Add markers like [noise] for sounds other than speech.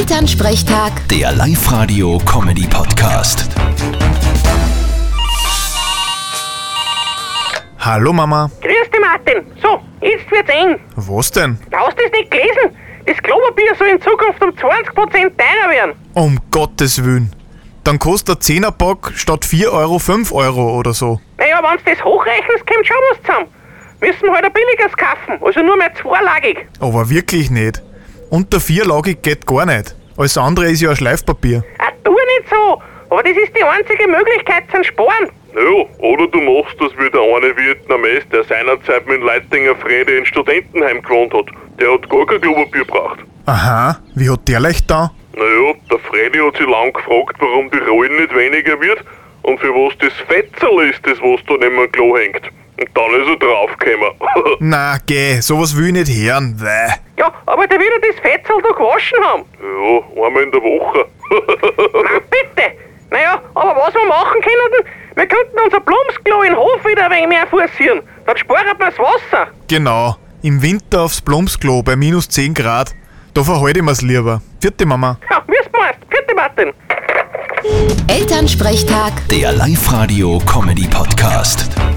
Elternsprechtag, Der Live-Radio-Comedy-Podcast. Hallo Mama, Grüß dich, Martin. So, jetzt wird's eng. was denn? Hast du das nicht gelesen? Das Klopapier soll in Zukunft um 20% teurer werden. Um Gottes Willen. Dann kostet ein Zehnerpack statt 4 Euro 5 Euro oder so. Naja, wenn's das hochrechnest, kommt schon was zusammen. Müssen wir halt ein billigeres kaufen, also nur mehr zweilagig. Aber wirklich nicht. Unter vierlagig geht gar nicht. Alles andere ist ja ein Schleifpapier. Ah, tu nicht so, aber das ist die einzige Möglichkeit zum Sparen. Naja, oder du machst das wie der eine Vietnames, der seinerzeit mit Leitinger Frede in Studentenheim gewohnt hat. Der hat gar kein Klopapier gebracht. Aha, wie hat der leicht da? Naja, der Frede hat sich lang gefragt, warum die Rollen nicht weniger wird und für was das Fetzel ist, das was da neben dem Klo hängt. Und dann ist er draufgekommen. [laughs] Na geh, sowas will ich nicht hören. Weh. Ja, aber der will ja das Fetzel da gewaschen haben. [laughs] ja, einmal in der Woche. Na bitte. Naja, aber was wir machen könnten, wir könnten unser Blumsklo in den Hof wieder ein wenig mehr forcieren. Dann spart man das Wasser. Genau, im Winter aufs Plumpsklo bei minus 10 Grad. Da verhalte ich mir's lieber. Vierte Mama. Ja, wie es meinst. Vierte Martin. Elternsprechtag. Der Live-Radio-Comedy-Podcast.